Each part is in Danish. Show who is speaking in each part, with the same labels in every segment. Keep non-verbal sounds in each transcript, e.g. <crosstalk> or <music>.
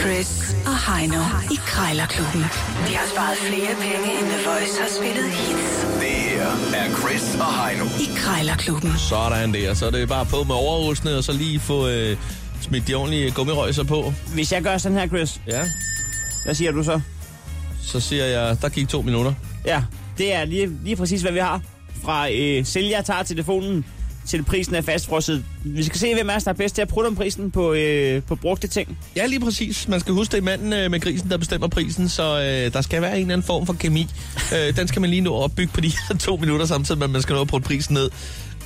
Speaker 1: Chris og Heino i Krejlerklubben. De har sparet flere penge, end The Voice har spillet hits
Speaker 2: Det her er Chris og Heino.
Speaker 1: i Krejlerklubben.
Speaker 3: Sådan der. Så er det bare på med overrustene, og så lige få øh, smidt de ordentlige gummirøjser på.
Speaker 4: Hvis jeg gør sådan her, Chris,
Speaker 3: Ja.
Speaker 4: hvad siger du så?
Speaker 3: Så siger jeg, der gik to minutter.
Speaker 4: Ja, det er lige, lige præcis, hvad vi har. Fra øh, sælger tager telefonen til prisen er fastfrosset. Vi skal se, hvem er der er bedst til at prutte om prisen på, øh, på brugte ting.
Speaker 3: Ja, lige præcis. Man skal huske, det er manden øh, med grisen, der bestemmer prisen, så øh, der skal være en eller anden form for <laughs> kemi. Øh, den skal man lige nå at opbygge på de her to minutter, samtidig med, at man skal nå at putte prisen ned.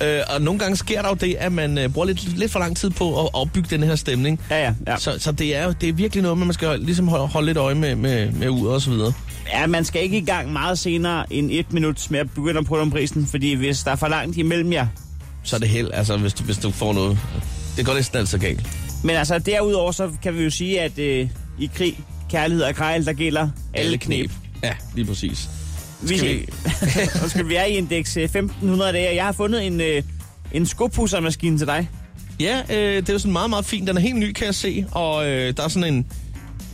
Speaker 3: Øh, og nogle gange sker der jo det, at man øh, bruger lidt, lidt for lang tid på at opbygge den her stemning.
Speaker 4: Ja, ja, ja.
Speaker 3: Ja. Så, så det er jo det er virkelig noget, med, man skal ligesom holde, holde lidt øje med, med, med uret og så videre.
Speaker 4: Ja, man skal ikke i gang meget senere end et minut med at begynde at prutte om prisen, fordi hvis der er for langt imellem jer.
Speaker 3: Så er det held, altså, hvis du, hvis du får noget. Det går næsten altid galt.
Speaker 4: Men altså, derudover så kan vi jo sige, at øh, i krig, kærlighed og krejl, der gælder alle knep.
Speaker 3: Ja, lige præcis.
Speaker 4: Vi,
Speaker 3: Skal
Speaker 4: vi...
Speaker 3: vi-
Speaker 4: <laughs> Undskyld, vi er i indeks øh, 1500 dage, og jeg har fundet en, øh, en skopussermaskine til dig.
Speaker 3: Ja, øh, det er jo sådan meget, meget fint. Den er helt ny, kan jeg se. Og øh, der er sådan en,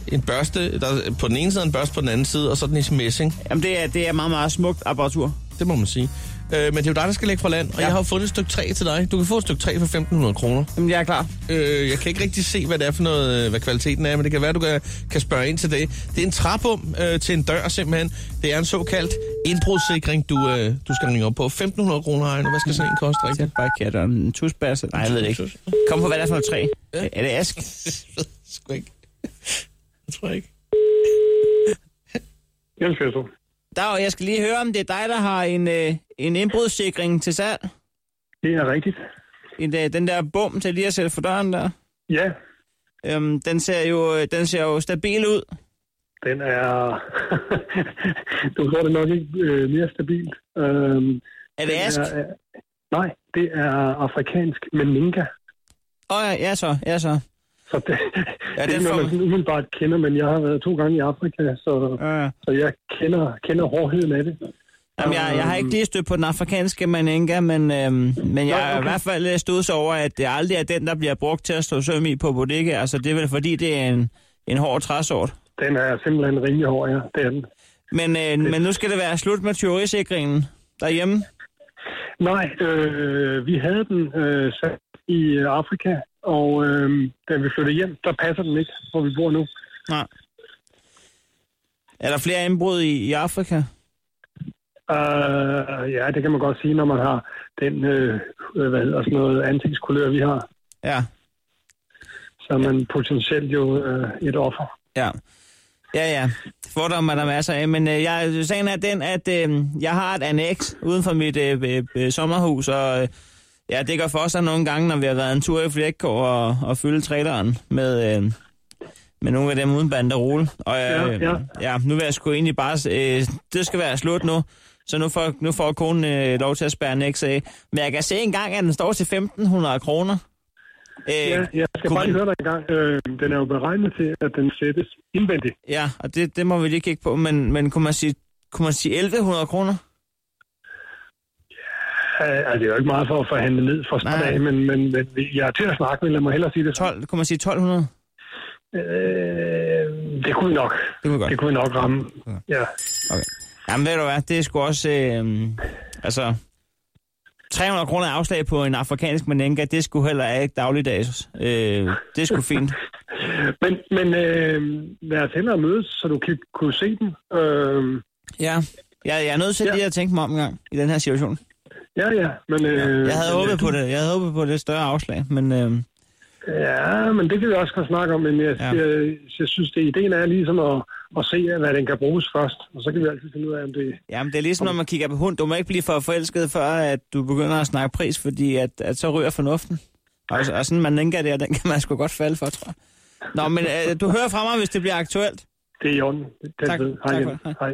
Speaker 3: en børste. Der er på den ene side og en børste på den anden side, og så er den i smessing.
Speaker 4: Jamen, det er, det er meget, meget smukt apparatur.
Speaker 3: Det må man sige. Øh, men det er jo dig, der skal lægge fra land, og ja.
Speaker 4: Ja.
Speaker 3: jeg har jo fundet et stykke træ til dig. Du kan få et stykke træ for 1.500 kroner.
Speaker 4: Jamen, jeg er klar.
Speaker 3: Øh, jeg kan ikke rigtig se, hvad det er for noget, øh, hvad kvaliteten er, men det kan være, du kan, kan spørge ind til det. Det er en træbom øh, til en dør simpelthen. Det er en såkaldt indbrudssikring, du, øh, du skal ringe op på. 1.500 kroner, Ejner. Hvad skal sådan en koste, rigtigt?
Speaker 4: Tæt bare kat og en tusbasse. Nej, jeg ved det ikke. Kom på, hvad det er for noget træ. Ja. Er det
Speaker 3: <laughs>
Speaker 4: ask?
Speaker 3: Jeg ved det sgu ikke. Jeg tror ikke.
Speaker 5: Jens Fjestrup.
Speaker 4: Dag, jeg skal lige høre, om det er dig, der har en, øh, en indbrudssikring til salg.
Speaker 5: Det er rigtigt.
Speaker 4: En, øh, den der bum til lige at sætte for døren der.
Speaker 5: Ja,
Speaker 4: Øhm, den, ser jo, øh, den ser jo stabil ud.
Speaker 5: den er... <laughs> du får det nok ikke øh, mere stabilt. Øhm,
Speaker 4: Er det
Speaker 5: den
Speaker 4: ask?
Speaker 5: er- er- nej, det er afrikansk meninga.
Speaker 4: Åh, oh, ja, ja så, ja så.
Speaker 5: Så det,
Speaker 4: Ja,
Speaker 5: ja,
Speaker 4: den
Speaker 5: det er
Speaker 4: får man.
Speaker 5: noget, man sådan umiddelbart kender, men jeg har været to gange i Afrika, så, ja.
Speaker 4: Øh.
Speaker 5: så jeg kender, kender hårdheden af det.
Speaker 4: Jamen, jeg, jeg har ikke lige stødt på den afrikanske maninka, men, øhm, men jeg
Speaker 5: Nå,
Speaker 4: er i
Speaker 5: okay.
Speaker 4: hvert fald øh, stået så over, at det aldrig er den, der bliver brugt til at stå søm i på bodegaer. Altså, det er vel fordi, det er en, en hård træsort.
Speaker 5: Den er simpelthen rimelig hård, ja. Det er den.
Speaker 4: Men, øh, men nu skal det være slut med tyverisikringen derhjemme.
Speaker 5: Nej, øh, vi havde den øh, sat i øh, Afrika, og øh, da vi flyttede hjem, der passer den ikke, hvor vi bor nu.
Speaker 4: Nej. Er der flere indbrud i, i Afrika?
Speaker 5: Øh, ja, det kan man godt sige, når man har den, øh, øh, hvad hedder sådan noget, ansigtskulør, vi har.
Speaker 4: Ja,
Speaker 5: Så er man potentielt jo øh, et offer.
Speaker 4: ja. Ja, ja. Fordomme er der masser af, men øh, jeg, sagen er den, at øh, jeg har et annex uden for mit øh, øh, øh, sommerhus, og øh, ja, det går for sig nogle gange, når vi har været en tur i Flækkov og, og fylde traileren med, øh, med nogle af dem uden banderole. Og, øh,
Speaker 5: Ja, ja.
Speaker 4: ja, nu vil jeg sgu egentlig bare... Øh, det skal være slut nu, så nu får, nu får konen øh, lov til at spære annex af. Men jeg kan se engang, at den står til 1.500 kroner. Øh,
Speaker 5: Ja, jeg skal
Speaker 4: kunne
Speaker 5: bare lige
Speaker 4: man-
Speaker 5: høre dig en gang. Øh, den er jo beregnet til, at den sættes indvendigt.
Speaker 4: Ja, og det, det må vi lige kigge på, men, men kunne, man sige, kunne man sige 1100 kroner?
Speaker 5: Øh, altså, det er jo ikke meget for at forhandle ned for
Speaker 4: Nej.
Speaker 5: start af, men, men, men jeg er til at snakke, men lad mig hellere sige det.
Speaker 4: 12, kunne man sige 1200?
Speaker 5: Øh, det kunne vi nok.
Speaker 4: Det kunne vi
Speaker 5: Det
Speaker 4: godt.
Speaker 5: kunne vi nok ramme. Ja.
Speaker 4: Okay. Jamen ved du hvad, det er sgu også... Øh, altså, 300 kroner afslag på en afrikansk maninka, det skulle heller ikke dagligdags. Øh, det skulle fint.
Speaker 5: <laughs> Men, men øh, lad os hellere mødes, så du kan, kunne se den. Øh,
Speaker 4: Ja. Jeg, jeg er nødt til
Speaker 5: Ja.
Speaker 4: lige at tænke mig om en gang i den her situation.
Speaker 5: ja, ja. Men, øh,
Speaker 4: Jeg havde
Speaker 5: men,
Speaker 4: håbet
Speaker 5: øh,
Speaker 4: på det. Jeg havde håbet på det større afslag, men øh,
Speaker 5: Ja, men det kan vi også godt snakke om, men jeg,
Speaker 4: Ja.
Speaker 5: ja. jeg, jeg synes, det ideen er ligesom at, at se, hvad den kan bruges først, og så kan vi altid finde ud af, om det...
Speaker 4: jamen, det er ligesom, når man kigger på hund. Du må ikke blive for forelsket, før at du begynder at snakke pris, fordi at, at så ryger fornuften. Og, og sådan man linker der, den kan man sgu godt falde for, tror jeg. Nå, men øh, du hører fra mig, hvis det bliver aktuelt.
Speaker 5: Det er i orden. Den
Speaker 4: Tak.
Speaker 5: ved.
Speaker 4: Tak
Speaker 5: Hej,
Speaker 4: for
Speaker 5: Jens.
Speaker 4: det.
Speaker 5: Hej.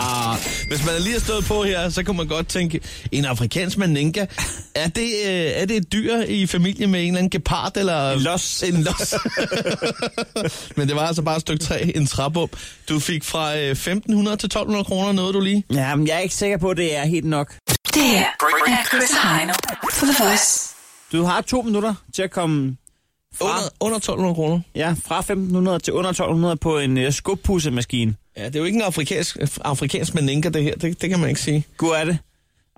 Speaker 3: Ah, Hvis man lige har stået på her, så kunne man godt tænke, en afrikansk maninka, er det, øh, er det et dyr i familie med en eller anden gepard? Eller...
Speaker 4: En los.
Speaker 3: En <laughs> los. Men det var altså bare et stykke træ, en træbom. Du fik fra øh, 1.500 til 1.200 kroner, noget du lige.
Speaker 4: Ja, men jeg er ikke sikker på, at det er helt nok.
Speaker 1: Det her er Chris og Heino for The Voice.
Speaker 4: Du har to minutter til at komme
Speaker 3: Under, under 1200 kroner.
Speaker 4: Ja, fra 1500 til under 1200 på en øh, skubpussemaskine.
Speaker 3: Ja, det er jo ikke en afrikansk, afrikansk meninka, det her. Det, det kan man ikke sige.
Speaker 4: Gud er det.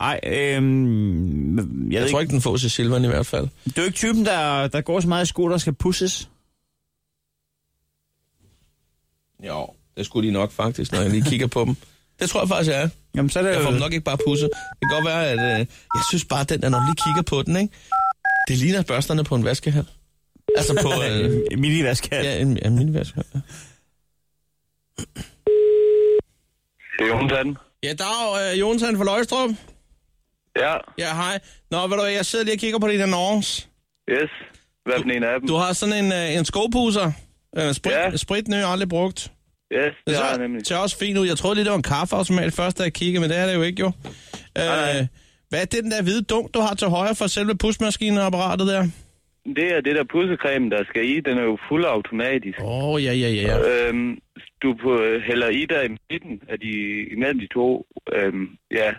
Speaker 4: Ej, øhm, jeg,
Speaker 3: Jeg,
Speaker 4: ved
Speaker 3: tror ikke, den fås i Silvan i hvert fald.
Speaker 4: ikke, du er ikke typen, der, der går så meget i sko, der skal pusses.
Speaker 3: Jo, det skulle de nok faktisk, når jeg lige kigger på dem. Det tror jeg faktisk, jeg er.
Speaker 4: Jamen, så er det
Speaker 3: Jeg får
Speaker 4: jo...
Speaker 6: Øh.
Speaker 3: dem nok ikke bare pusset. Det kan godt være, at øh, jeg synes bare, at den der, når man lige kigger på den, ikke? det ligner børsterne på en vaskehal. Altså på...
Speaker 6: <laughs>
Speaker 3: Øh,
Speaker 4: Øh, mini ja.
Speaker 3: ja, en, en mini vaskehal.
Speaker 6: Det er undtagen.
Speaker 3: Ja, dag, øh, Jonsen fra Løgstrup.
Speaker 6: Ja,
Speaker 3: Ja, hej. Nå, ved du hvad, jeg sidder lige og kigger på din annonce.
Speaker 6: yes. Hvad for en af dem?
Speaker 3: Du har sådan en, øh, en skopuser. Øh, sprit, ja.
Speaker 6: Ja.
Speaker 3: sprit ny, aldrig brugt.
Speaker 6: Yes, det har jeg
Speaker 3: så
Speaker 6: nemlig.
Speaker 3: ser også fint ud. Jeg troede lige, det var en kaffeautomat først, da jeg kiggede, men det er det jo ikke, jo. Øh, hvad er det, den der hvide dunk, du har til højre for selve pusmaskineapparatet der?
Speaker 6: Det er det der pudsecreme, der skal i. Den er jo fuldautomatisk.
Speaker 3: Åh, oh, ja, ja, ja. ja.
Speaker 6: Øhm, du på, hælder i der i midten af de, imellem de to øhm, ja,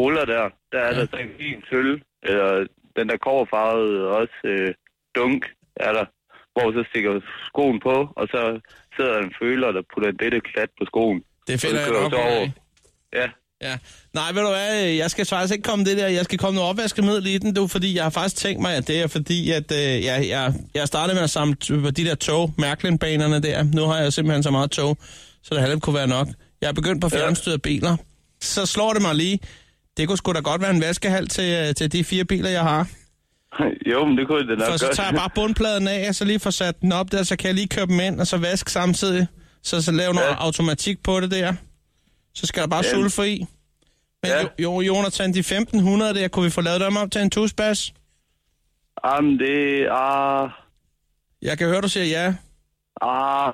Speaker 6: ruller der. Der er ja. der så en fin sølv, eller den der koverfarvede også øh, dunk er der, hvor så stikker skoen på, og så sidder der en føler, der putter en bitte klat på skoen.
Speaker 3: Det finder
Speaker 6: Og
Speaker 3: jeg
Speaker 6: det kører
Speaker 3: nok
Speaker 6: så
Speaker 3: ud
Speaker 6: over.
Speaker 3: af.
Speaker 6: Ja, <laughs>
Speaker 3: Ja. Nej, ved du hvad, øh, jeg skal faktisk ikke komme det der. Jeg skal komme noget opvaskemiddel i den, du, fordi jeg har faktisk tænkt mig, at det er fordi, at øh, jeg, jeg, jeg startede med at samle t- på de der tog, Mærklindbanerne der. Nu har jeg simpelthen så meget tog, så det halvt kunne være nok. Jeg er begyndt på fjernstyrede biler. Så slår det mig lige. Det kunne sgu da godt være en vaskehal til, øh, til de fire biler, jeg har.
Speaker 6: jo, men det kunne det nok
Speaker 3: For så
Speaker 6: godt.
Speaker 3: tager jeg bare bundpladen af, og så lige får sat den op der, så kan jeg lige køre dem ind, og så vaske samtidig. Så, så lave noget
Speaker 6: Ja.
Speaker 3: automatik på det der. Så skal der bare
Speaker 6: Ja.
Speaker 3: sulfe i. Men
Speaker 6: Ja.
Speaker 3: jo, jo, Jonathan, de 1500 der, kunne vi få lavet dem op til en tusbas?
Speaker 6: Jamen, det er...
Speaker 3: Jeg kan høre, du siger ja.
Speaker 6: Ah,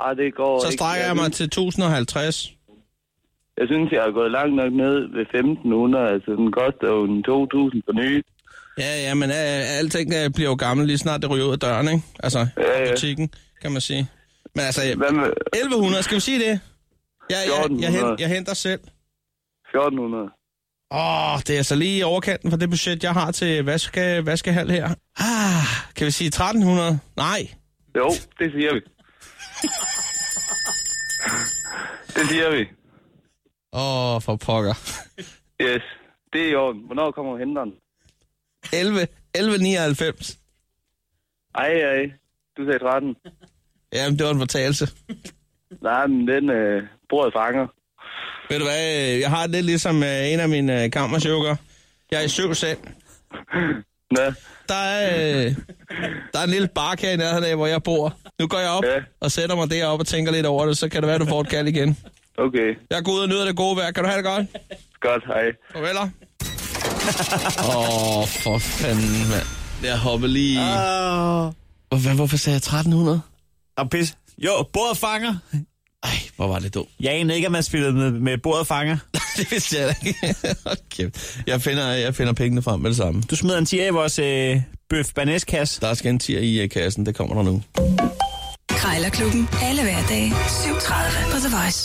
Speaker 6: ah, det går
Speaker 3: Så
Speaker 6: ikke.
Speaker 3: strækker jeg mig til 1050.
Speaker 6: Jeg synes, jeg har gået langt nok ned ved 1500. Altså, den koster jo en 2000 for nye.
Speaker 3: Ja, ja, men øh, alting øh, bliver jo gammel, lige snart det ryger ud af døren, ikke? Altså,
Speaker 6: Ja,
Speaker 3: ja.
Speaker 6: ja.
Speaker 3: butikken, kan man sige. Men altså, øh,
Speaker 6: Hvad med
Speaker 3: 1100, skal vi sige det? Jeg, jeg, jeg, jeg, hen-
Speaker 6: 1400.
Speaker 3: jeg henter selv.
Speaker 6: 1400?
Speaker 3: Åh, oh, det er så lige i overkanten for det budget, jeg har til vaske, vaskehal her. Ah, kan vi sige 1300? Nej.
Speaker 6: Jo, det siger vi. <laughs> det siger vi.
Speaker 3: Åh, oh, for pokker. <laughs>
Speaker 6: Yes, det er i orden. Hvornår kommer henteren?
Speaker 3: 11, 1199.
Speaker 6: Ej, ej. Du sagde 13.
Speaker 3: Jamen, det var en fortalelse.
Speaker 6: Nej, men den øh, bordet fanger.
Speaker 3: Ved du hvad, øh, jeg har det lidt ligesom øh, en af mine øh, kammersjukker. Jeg er i søv selv.
Speaker 6: Nå,
Speaker 3: Der er, øh, der er en lille bark her i nærheden af, hvor jeg bor. Nu går jeg op
Speaker 6: Ja.
Speaker 3: og sætter mig deroppe og tænker lidt over det, så kan det være, du får et kald igen.
Speaker 6: okay.
Speaker 3: Jeg går ud og nyder det gode vejr. Kan du have det godt?
Speaker 6: Godt, hej.
Speaker 3: Farveler. Åh, oh, for fanden, mand. Jeg hopper lige... Uh.
Speaker 4: Åh,
Speaker 3: Hvad, hvorfor sagde jeg 1300?
Speaker 4: og pis. Jo, bordet fanger.
Speaker 3: Ej, hvor var det dumt. <laughs>
Speaker 4: Jeg anede ikke, at man spillede med, med bordet fanger.
Speaker 3: det vidste jeg da ikke. Hold kæft. jeg, finder, jeg finder pengene frem med det samme.
Speaker 4: Du smider en 10 i vores øh, bøf kasse.
Speaker 3: Der skal en tier i øh, kassen, det kommer der nu.
Speaker 1: Krejlerklubben. Alle hverdage. 7.30 på The Voice.